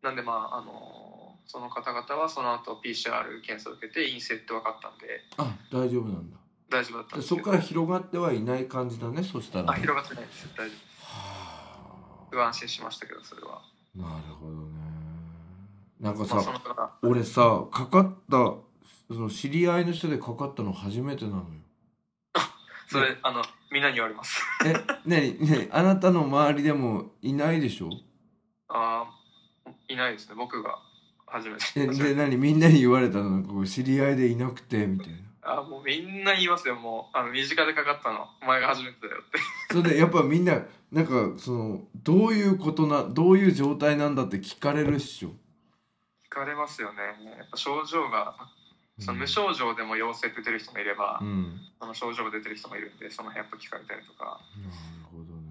S3: なんでまああのその方々はその後 PCR 検査を受けて陰性って分かったんで
S2: あ大丈夫なんだ
S3: 大丈夫だったん
S2: で
S3: です
S2: そ
S3: け
S2: こ
S3: ど
S2: から広がってはいない感じだねそしたら
S3: あ
S2: ね、
S3: 広がってないです大丈夫です
S2: は
S3: すごい安心しましたけどそれは、
S2: あなるほどねなんかさ、
S3: まあ、そのから
S2: 俺さかかったその知り合いの人でかかったの初めてなのよ
S3: それあのみんなに言われます
S2: えねえねえあなたの周りでもいないでしょ
S3: あーいないですね僕が初め
S2: えで
S3: て
S2: 何みんなに言われたのなんかこう知り合いでいなくてみたいな
S3: あーもうみんな言いますよもうあの身近でかかったのお前が初めてだよって
S2: それでやっぱみんななんかそのどういうことなどういう状態なんだって聞かれるっしょ
S3: 聞かれますよねやっぱ症状がその無症状でも陽性って出る人もいれば、
S2: うん
S3: その症状が出てる人もいるんでその辺やっぱ聞かれたりとか
S2: なるほどね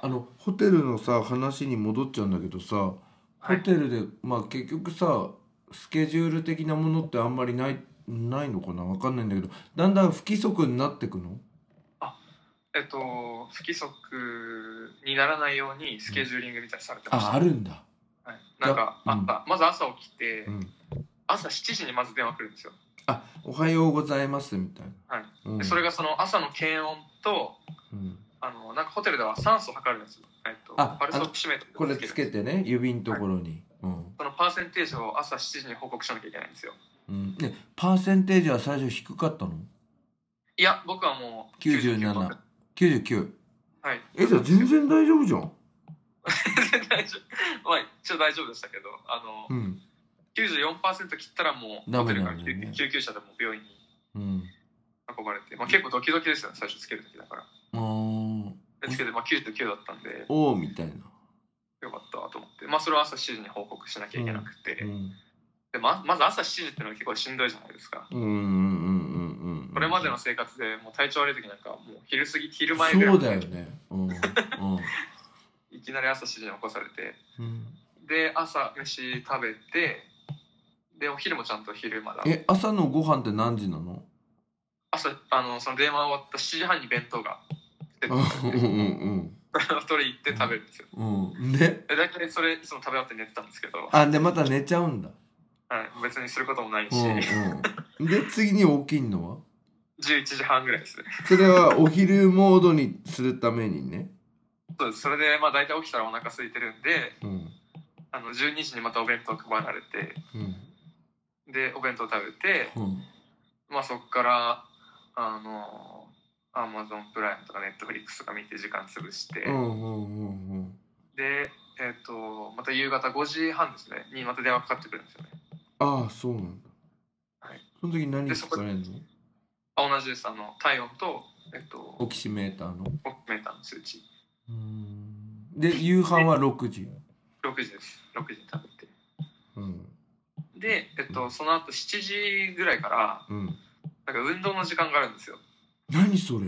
S2: あのホテルのさ話に戻っちゃうんだけどさ
S3: は
S2: ホ
S3: い
S2: テルで、まあ結局さスケジュール的なものってあんまりないないのかなわかんないんだけどだんだん不規則になってくの
S3: えっと不規則にならないようにスケジューリングみたいにされてました、
S2: ああるんだ、
S3: はい、なんか
S2: いやうん
S3: 朝、まず朝起きて、
S2: うん、
S3: 朝7時にまず電話来るんですよ
S2: あおはようございますみたいな、
S3: はい
S2: うん
S3: でそれがその朝の検温と
S2: うん
S3: あのなんかホテルでは酸素測るんですよ、えっと、
S2: あ
S3: パルスオキシメート
S2: これ
S3: つけ
S2: つ
S3: る
S2: けてね指のところに、うん
S3: そのパーセンテージを朝7時に報告しなきゃいけないんですよ
S2: うん、ねパーセンテージは最初低かったの
S3: いや僕はもう
S2: 97 99
S3: はい
S2: えじゃあ全然大丈夫じゃん
S3: 全然 大丈夫まあ一応大丈夫でしたけどあの、
S2: うん
S3: 94%切ったらもう
S2: ダ
S3: ホ
S2: メ
S3: テル
S2: な
S3: から
S2: んだ
S3: 救,、
S2: よね
S3: 救急車でも病院に
S2: うん
S3: 運ばれて、まあ、結構ドキドキですよね最初つける時だから
S2: あー
S3: でつけて、まあ、99だったんで
S2: おおみたいな
S3: よかったと思って、まあ、それを朝7時に報告しなきゃいけなくて、
S2: うん
S3: でままず朝7時っていうのは結構しんどいじゃないですか
S2: うんうんうんうんうん
S3: これまでの生活でもう体調悪い時なんかもう昼過ぎ昼前ぐら
S2: そ
S3: いう
S2: だよねうんうん
S3: いきなり朝7時に起こされて
S2: うん
S3: で朝飯食べてでお昼もちゃんと昼まだ
S2: え朝のご飯って何時なの
S3: 朝あのその電話終わった7時半に弁当が出て
S2: うんうん
S3: 取り行って食べるんですよ
S2: うんうんで
S3: で大体それその食べ終わって寝てたんですけど、は
S2: あでまた寝ちゃうんだ
S3: い、別にすることもないし、
S2: うんうんで次に起きんのは
S3: 11時半ぐらいですね
S2: それはお昼モードにするためにね
S3: そうですそれでまあ大体起きたらお腹空いてるんで
S2: うん
S3: あの12時にまたお弁当配られて
S2: うん
S3: でお弁当食べて、
S2: うん
S3: まあ、そこからあのアマゾンプライムとかネットフリックスとか見て時間潰して、
S2: うんうんうん
S3: で、えっとまた夕方5時半ですねにまた電話かかってくるんですよね
S2: ああそうなんだ
S3: はい
S2: その時何
S3: でそ
S2: 聞
S3: こ
S2: かれるの
S3: あ同じですあの体温と、えっと、
S2: オキシメーターの
S3: オキメーターの数値
S2: うんで夕飯は6時
S3: 6時です6時に食べて
S2: うん
S3: で、えっと、その後7時ぐらいから
S2: うん
S3: なんか運動の時間があるんですよ
S2: 何それ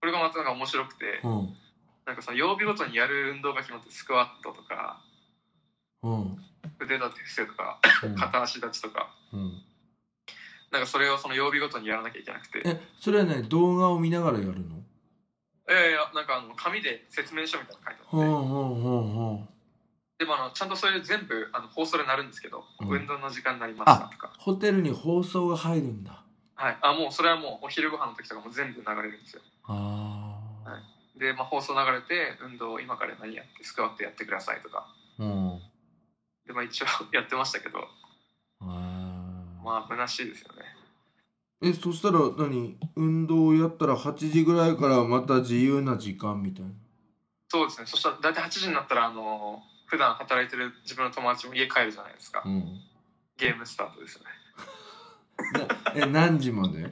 S3: これがまたなんか面白くて
S2: うん
S3: なんかその曜日ごとにやる運動が決まってスクワットとか
S2: うん
S3: 腕立て伏せとか
S2: うん
S3: 片足立ちとか
S2: うん
S3: なんかそれをその曜日ごとにやらなきゃいけなくて
S2: えそれはね動画を見ながらやるの
S3: いやいやなんかあの紙で説明書みたいなの書
S2: ほう
S3: いてあって
S2: ほうほうほう
S3: でもあのちゃんとそれ全部あの放送でなるんですけど、
S2: うん
S3: 運動の時間になりましたとか
S2: ホテルに放送が入るんだ
S3: はいあもうそれはもうお昼ご飯の時とかも全部流れるんですよ
S2: ああ、
S3: はいで、まあ、放送流れて運動を今から何やってスクワットやってくださいとか
S2: うん
S3: でまあ一応 やってましたけど
S2: あ
S3: まあ虚しいですよね
S2: ーえそしたら何運動をやったら8時ぐらいからまた自由な時間みたいな
S3: そうですねそしたら大体8時になったらあの普段働いてる自分の友達も家帰るじゃないですか
S2: うん
S3: ゲームスタートですよね
S2: なえ何時まで
S3: で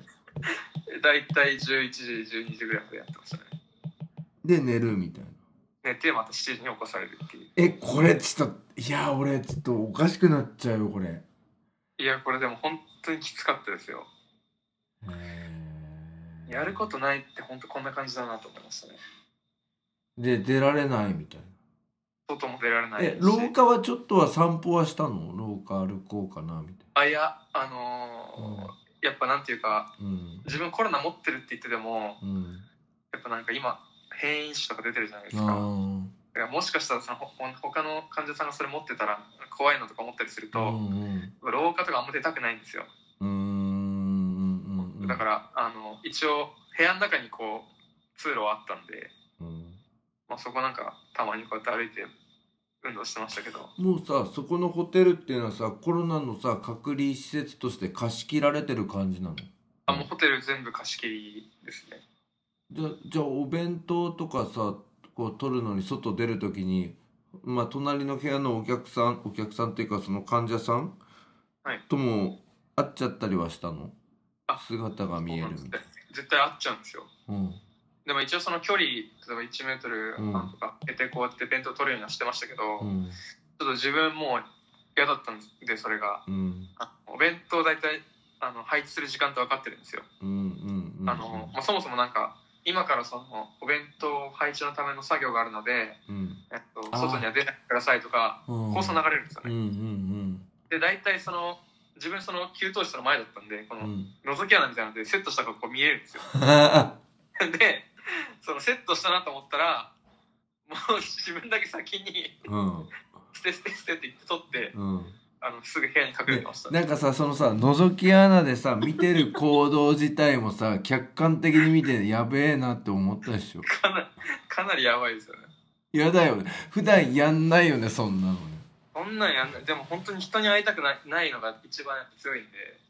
S3: 大体11時12時ぐらいまでやってましたね
S2: で寝るみたいな
S3: 寝てまた7時に起こされるっていう
S2: えこれちょっといや俺ちょっとおかしくなっちゃうよこれ
S3: いやこれでも本当にきつかったですよやることないって本当こんな感じだなと思いましたね
S2: で出られないみたいな
S3: 外も出られないし
S2: え廊下はちょっとは散歩はしたの廊下歩こうかなみたい
S3: あいやあのーやっぱなんていうか
S2: なうん
S3: 自分コロナ持ってるって言ってても
S2: うん
S3: やっぱなんか今変異種とか出てるじゃないですかだか
S2: あ
S3: らもしかしたらそのほほ他の患者さんがそれ持ってたら怖いのとか思ったりする
S2: あう
S3: と、
S2: んうん
S3: 廊下とかあんま出たくないんですよ
S2: うんうんうんうんうん
S3: だからあの一応部屋の中にこう通路はあったんで、
S2: うん
S3: まあ、そこなんかたまにこうやって歩いて運動してましたけど
S2: もうさそこのホテルっていうのはさコロナのさ隔離施設として貸し切られてる感じなの
S3: あもうホテル全部貸し切りですね
S2: じゃじゃあお弁当とかさこう取るのに外出る時に、まあ、隣の部屋のお客さんお客さんっていうかその患者さん、
S3: はい
S2: とも会っちゃったりはしたの
S3: あ
S2: 姿が見えるみ
S3: そうなん
S2: たい
S3: ですね絶対会っちゃうんですよ
S2: な、うん、
S3: でも一応その距離例えば1メートル半とか空けてこうやって弁当取るようにはしてましたけど、ち
S2: うん
S3: ょっと自分もう嫌だったんでそれが
S2: うん
S3: あのお弁当大体あの配置する時間って分かってるんですよ、
S2: うんうんうん
S3: あのまあ、そもそもなんか今からそのお弁当配置のための作業があるので、
S2: うん
S3: えっと、
S2: あー
S3: 外には出ないでくださいとか
S2: うん
S3: 放送流れるんですよ
S2: うん
S3: ね、で大体その自分その給湯室の前だったんでこ
S2: うんうんう
S3: の
S2: ん
S3: 覗き穴みたいなのでセットした格好見えるんですよ でそのセットしたなと思ったらもう自分だけ先に
S2: うん
S3: 「捨て捨て捨て」って言って取って
S2: うん
S3: あのすぐ部屋に隠れてました、
S2: なんかさそのさ覗き穴でさ見てる行動自体もさ客観的に見てやべえなって思ったでしょ
S3: かなかなりやばいですよね
S2: やだよね普段やんないよねそんなのね
S3: そんなんやんないでも本当に人に会いたくないないのが一番強いんで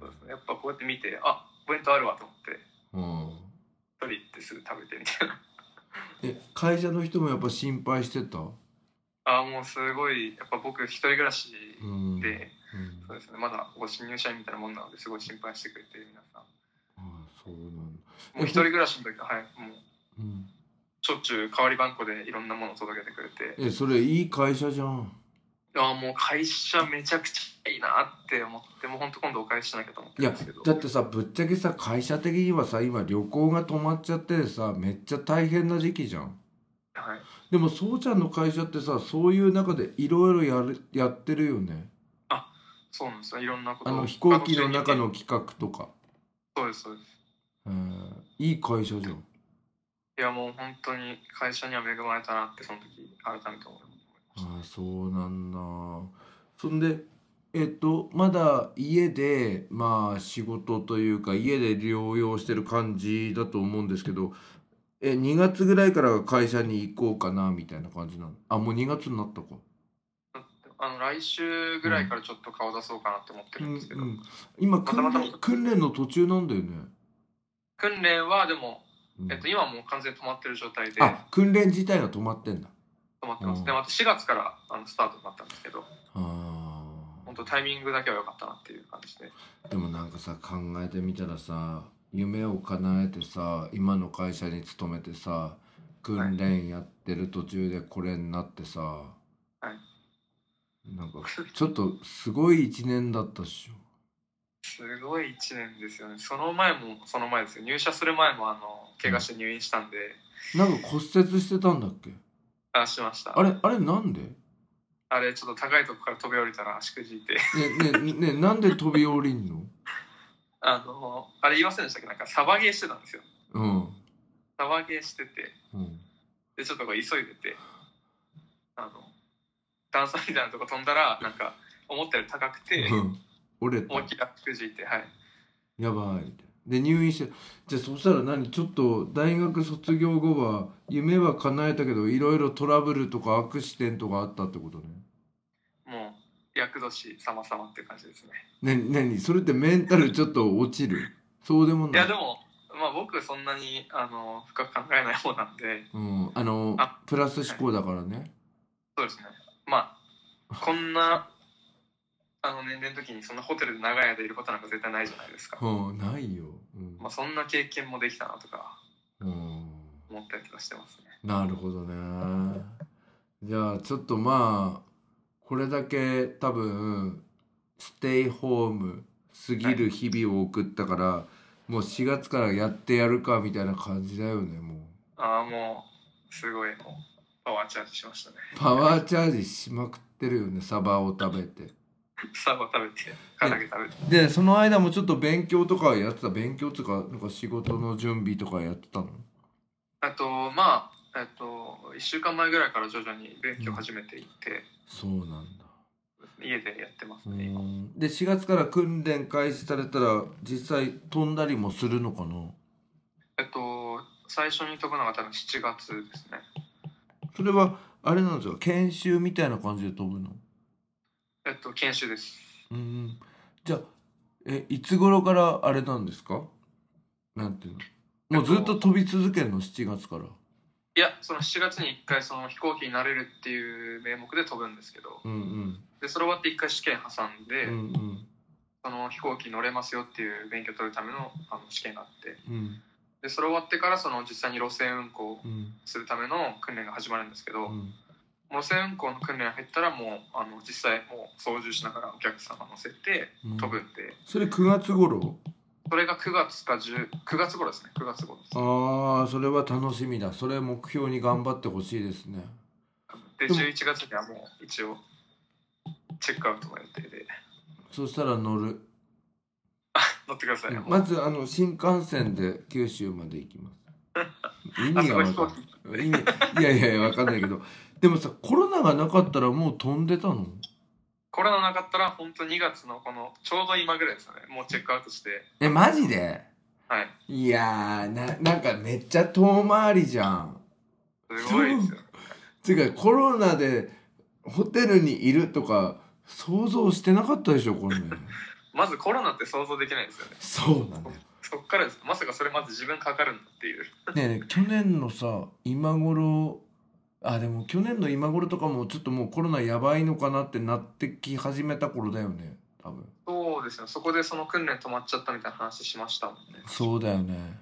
S3: そうですねやっぱこうやって見てあお弁当あるわと思って
S2: うん
S3: 取り行ってすぐ食べてみたいな
S2: え会社の人もやっぱ心配してた
S3: あもうすごいやっぱ僕一人暮らし
S2: うん
S3: で、
S2: うん
S3: そうですね、まだここ新入社員みたいなもんなのですごい心配してくれてる皆さん。
S2: あそうなんだ
S3: もう一人暮らしの時は、はい、も
S2: う
S3: う
S2: ん
S3: しょっちゅう代わり番こでいろんなものを届けてくれて、
S2: えそれいい会社じゃん
S3: ああ、もう会社めちゃくちゃいいなって思って、もう本当今度お返ししなきゃと思って
S2: い
S3: るん
S2: や
S3: ですけど、
S2: だってさぶっちゃけさ会社的にはさ今旅行が止まっちゃってさめっちゃ大変な時期じゃん
S3: はい、
S2: でもそうちゃんの会社ってさそういう中でいろいろやるやってるよね
S3: そうなんですよ、いろんなこと
S2: あ
S3: を
S2: の飛行機の中。の企画とか、
S3: そうです、そうです。
S2: えーいい会社じゃん
S3: いや、もう本当に会社には恵まれたなって、その時改めて思いました。
S2: ああそうなんだそんでえっとまだ家でまあ仕事というか家で療養してる感じだと思うんですけどえ2月ぐらいから会社に行こうかなみたいな感じなのあもう2月になったか
S3: あの来週ぐらいからちょっと顔出そうかなって思って
S2: う
S3: る
S2: ん
S3: ん
S2: う
S3: ですけど、
S2: ん今訓
S3: またま
S2: 練
S3: た
S2: 訓練の途中なんだよね、
S3: 訓練はでも、
S2: うん
S3: えっと、今はもう完全に止まってる状態で、
S2: あ訓練自体が止まってんだ
S3: 止まってます、
S2: うん
S3: でまた4月からあのスタートになったんですけど
S2: ああ
S3: 本当タイミングだけは良かったなっていう感じで
S2: でもなんかさ考えてみたらさ夢を叶えてさ今の会社に勤めてさ訓練やってる途中でこれになってさ、なんかちょっとすごい一年だったっしょ。
S3: すごい1年ですよねその前もその前ですよ入社する前もあの怪我して入院したんで、
S2: なんか骨折してたんだっけ
S3: あしました
S2: あれあれなんでね
S3: あれちょっと高いとこから飛び降りたら足くじいて
S2: ねねなんで飛び降りんの
S3: あのあれ言いませんでしたっけなんかサバゲーしてたんですよ
S2: うん、
S3: サバゲーしてて
S2: うん、
S3: でちょっとこう急いでてあの段差みたいなとこ飛んだらなんか思ったより高くて
S2: うん折れた
S3: 思いっきり足くじいてはい
S2: やばいみたいなで入院してじゃあそしたら何ちょっと大学卒業後は夢は叶えたけどいろいろトラブルとかアクシデントがあったってことね
S3: もう厄年様様って感じですね
S2: ね何それってメンタルちょっと落ちるそうでもない
S3: いやでも、まあ、僕そんなにあの深く考えない方なんで
S2: うん、あの
S3: あ
S2: プラス思考だからね
S3: そうですねまあこんなあの年齢の時にそんなホテルで長い間いることなんか絶対ないじゃないですか、
S2: うんないよ、うん
S3: まあ、そんな経験もできたなとか
S2: うん、
S3: 思ったりとかしてますね
S2: なるほどねじゃあちょっとまあこれだけ多分ステイホーム過ぎる日々を送ったから、もう4月からやってやるかみたいな感じだよねもう
S3: ああもうすごいもうパワーチャージしましたね
S2: パワーチャージしまくってるよねサバを食べて
S3: サバ食べて唐揚げ食べて
S2: でその間もちょっと勉強とかやってた勉強とかなんか仕事の準備とかやってたの
S3: あとまあえっと1週間前ぐらいから徐々に勉強始めていって、
S2: そうなんだ
S3: 家でやってます
S2: う
S3: ね今
S2: んで4月から訓練開始されたら実際飛んだりもするのかな
S3: えっと最初に飛ぶのが多分7月ですね
S2: それはあれなんですよ研修みたいな感じで飛ぶの
S3: えっと研修です
S2: うんじゃあえいつ頃からあれなんですかなんていうのもうずっと飛び続けるの7月から
S3: いやその7月に1回その飛行機になれるっていう名目で飛ぶんですけど
S2: うんうん
S3: でそれ終わって1回試験挟んで、
S2: うんうん
S3: その飛行機乗れますよっていう免許取るためのあの試験があって
S2: うん
S3: でそれ終わってからその実際に路線運行
S2: うん
S3: するための訓練が始まるんですけど、
S2: うん
S3: 路線運行の訓練が入ったらもうあの実際もう操縦しながらお客様乗せて
S2: うん
S3: 飛ぶんで
S2: それ9月頃
S3: それが9月か10 9月頃ですね9月頃です
S2: ああそれは楽しみだそれ目標に頑張ってほしいですね
S3: で
S2: でも
S3: 11月にはもう一応チェックアウトの予定で
S2: そしたら乗る
S3: 乗ってくださいもう
S2: まずあの新幹線で九州まで行きます 意味が分か
S3: あそこ
S2: んない意味いやいやいや分かんないけどでもさコロナがなかったらもう飛んでたの
S3: コロナなかったら本当2月のこのちょうど今ぐらいですよねもうチェックアウトして
S2: えマジで
S3: はい
S2: いやーななんかめっちゃ遠回りじゃん
S3: すごいですよね
S2: ていうかコロナでホテルにいるとか想像してなかったでしょこれ
S3: まずコロナって想像できないですよね
S2: そうなんだよ
S3: そっからですまさかそれまず自分かかるんだっていう
S2: ねえねえ去年のさ今頃あでも去年の今頃とかもちょっともうコロナやばいのかなってなってき始めた頃だよね多分
S3: そうですよそこでその訓練止まっちゃったみたいな話しましたもんね
S2: そうだよね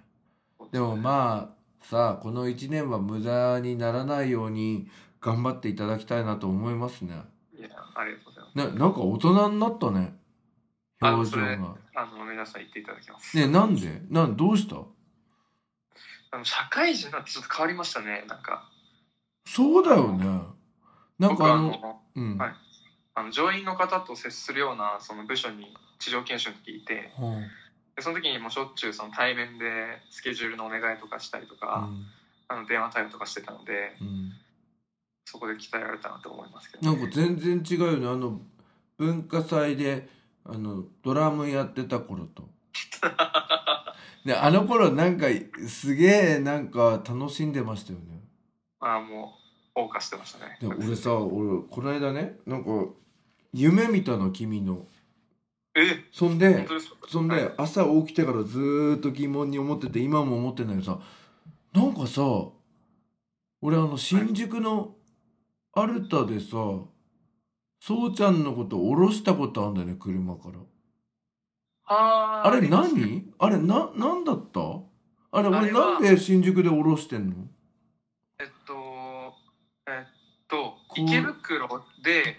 S3: そう
S2: でもまあさこの1年は無駄にならないように頑張っていただきたいなと思いますね
S3: いやありがとうございます
S2: ななんか大人になったね
S3: あ
S2: 表情
S3: それ
S2: が
S3: あの皆さん言っていただきます、
S2: ねえなんでなんどうした
S3: あの社会人になってちょっと変わりましたねなんか
S2: そうだよねなん
S3: 僕は
S2: かあ
S3: あの
S2: のうん、
S3: はいあの乗員の方と接するようなその部署に地上研修の時いて
S2: うん
S3: でその時にもうしょっちゅうその対面でスケジュールのお願いとかしたりとか、あの電話対応とかしてたので
S2: うんうん
S3: そこで鍛えられたなと思いますけど、
S2: なんか全然違うよねあの文化祭であのドラムやってた頃とねあの頃なんかすげえなんか楽しんでましたよね
S3: まあもう謳歌してましたね
S2: で俺さ俺この間ねなんか夢見たの君の
S3: え
S2: そん
S3: 本
S2: で
S3: 当ですか
S2: そん
S3: はい
S2: で朝起きてからずーっと疑問に思ってて今も思ってんだけどさなんかさ俺あの新宿のアルタでさそうちゃんのこと降ろしたことあんだよね車から
S3: あー
S2: あれ何あれな何だったあれ
S3: あ
S2: 俺
S3: れは
S2: なんで新宿で降ろしてんの
S3: えっとえっと
S2: こう
S3: 池袋で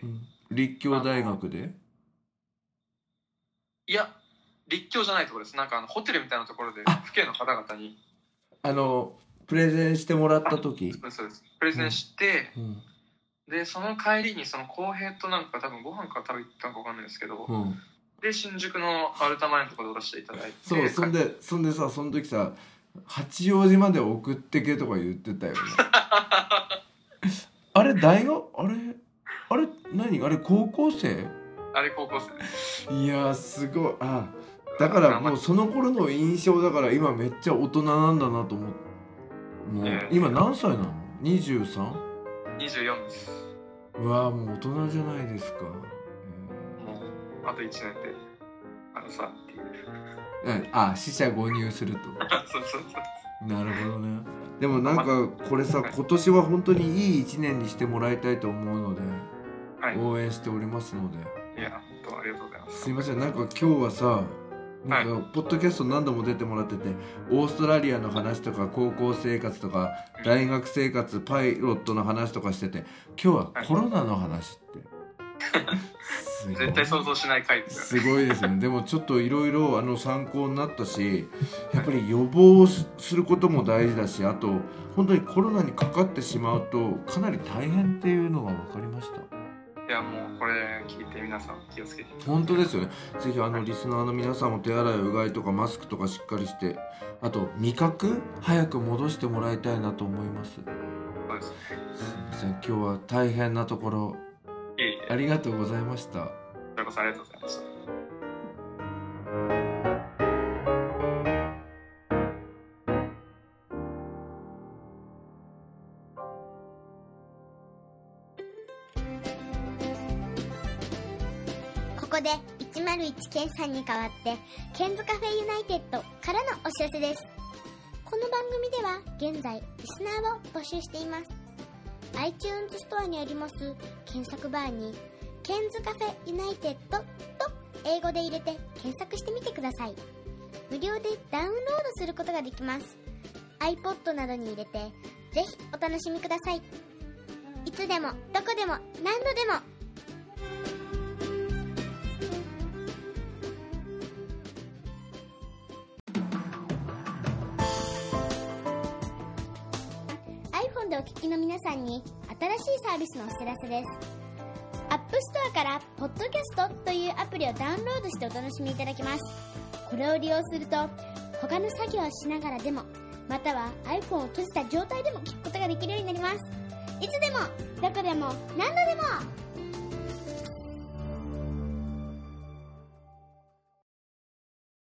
S2: 立教大学で
S3: いや立教じゃないところですなんかあのホテルみたいなところで
S2: あ
S3: 府警の方々に
S2: あのプレゼンしてもらった時
S3: そうですそうですプレゼンして、
S2: うん
S3: でその帰りにその浩平となんか多分ご飯か食べ行ったのか分かんないですけど、
S2: うん
S3: で新宿のアルタ前のところで出していただいて
S2: そうそんでそんでさその時さ八王子まで送ってけとか言ってた よねあれ大学あれあれ何あれ高校生
S3: あれ高校生です
S2: いやーすごいあだからもうその頃の印象だから今めっちゃ大人なんだなと思うもう
S3: ええ
S2: 今何歳なの ?23?
S3: 24です
S2: うわーもう大人じゃないですか、
S3: もうあと1年であのさっていう
S2: えーうんあ死者誤入すると
S3: そうそうそう
S2: なるほどねでもなんかこれさ今年は本当にいい一年にしてもらいたいと思うので
S3: はい
S2: 応援しておりますので
S3: いや本当ありがとうございます
S2: すいませんなんか今日はさなんかポッドキャスト何度も出てもらっててオーストラリアの話とか高校生活とか
S3: うん
S2: 大学生活パイロットの話とかしてて今日はコロナの話 ってすごい
S3: 絶対想像しない回ですよ
S2: すごいですねでもちょっといろいろあの参考になったしやっぱり予防をすすることも大事だしあと本当にコロナにかかってしまうとかなり大変っていうのが分かりました
S3: ねいやもうこれ聞いて皆さん気をつけて
S2: 本当ですよねぜひあのリスナーの皆さんも手洗いうがいとかマスクとかしっかりしてあと味覚早く戻してもらいたいなと思いますすい
S3: そうですね
S2: ません今日は大変なところ
S3: いえいえ
S2: ありがとうございました。
S3: それこそありがとうございました。
S1: ここで101健さんに代わってケンズカフェユナイテッドからのお知らせですこの番組では現在リスナーを募集しています iTunes ストアにあります検索バーに「ケンズカフェユナイテッド」と英語で入れて検索してみてください無料でダウンロードすることができます iPod などに入れてぜひお楽しみくださいいつでもどこでも何度でもiPhone でお聞きの皆さんに新しいサービスのお知らせです App Store から「Podcast」というアプリをダウンロードしてお楽しみいただけますこれを利用すると他の作業をしながらでもまたは iPhone を閉じた状態でも聞くことができるようになりますいつでもどこでも何度でも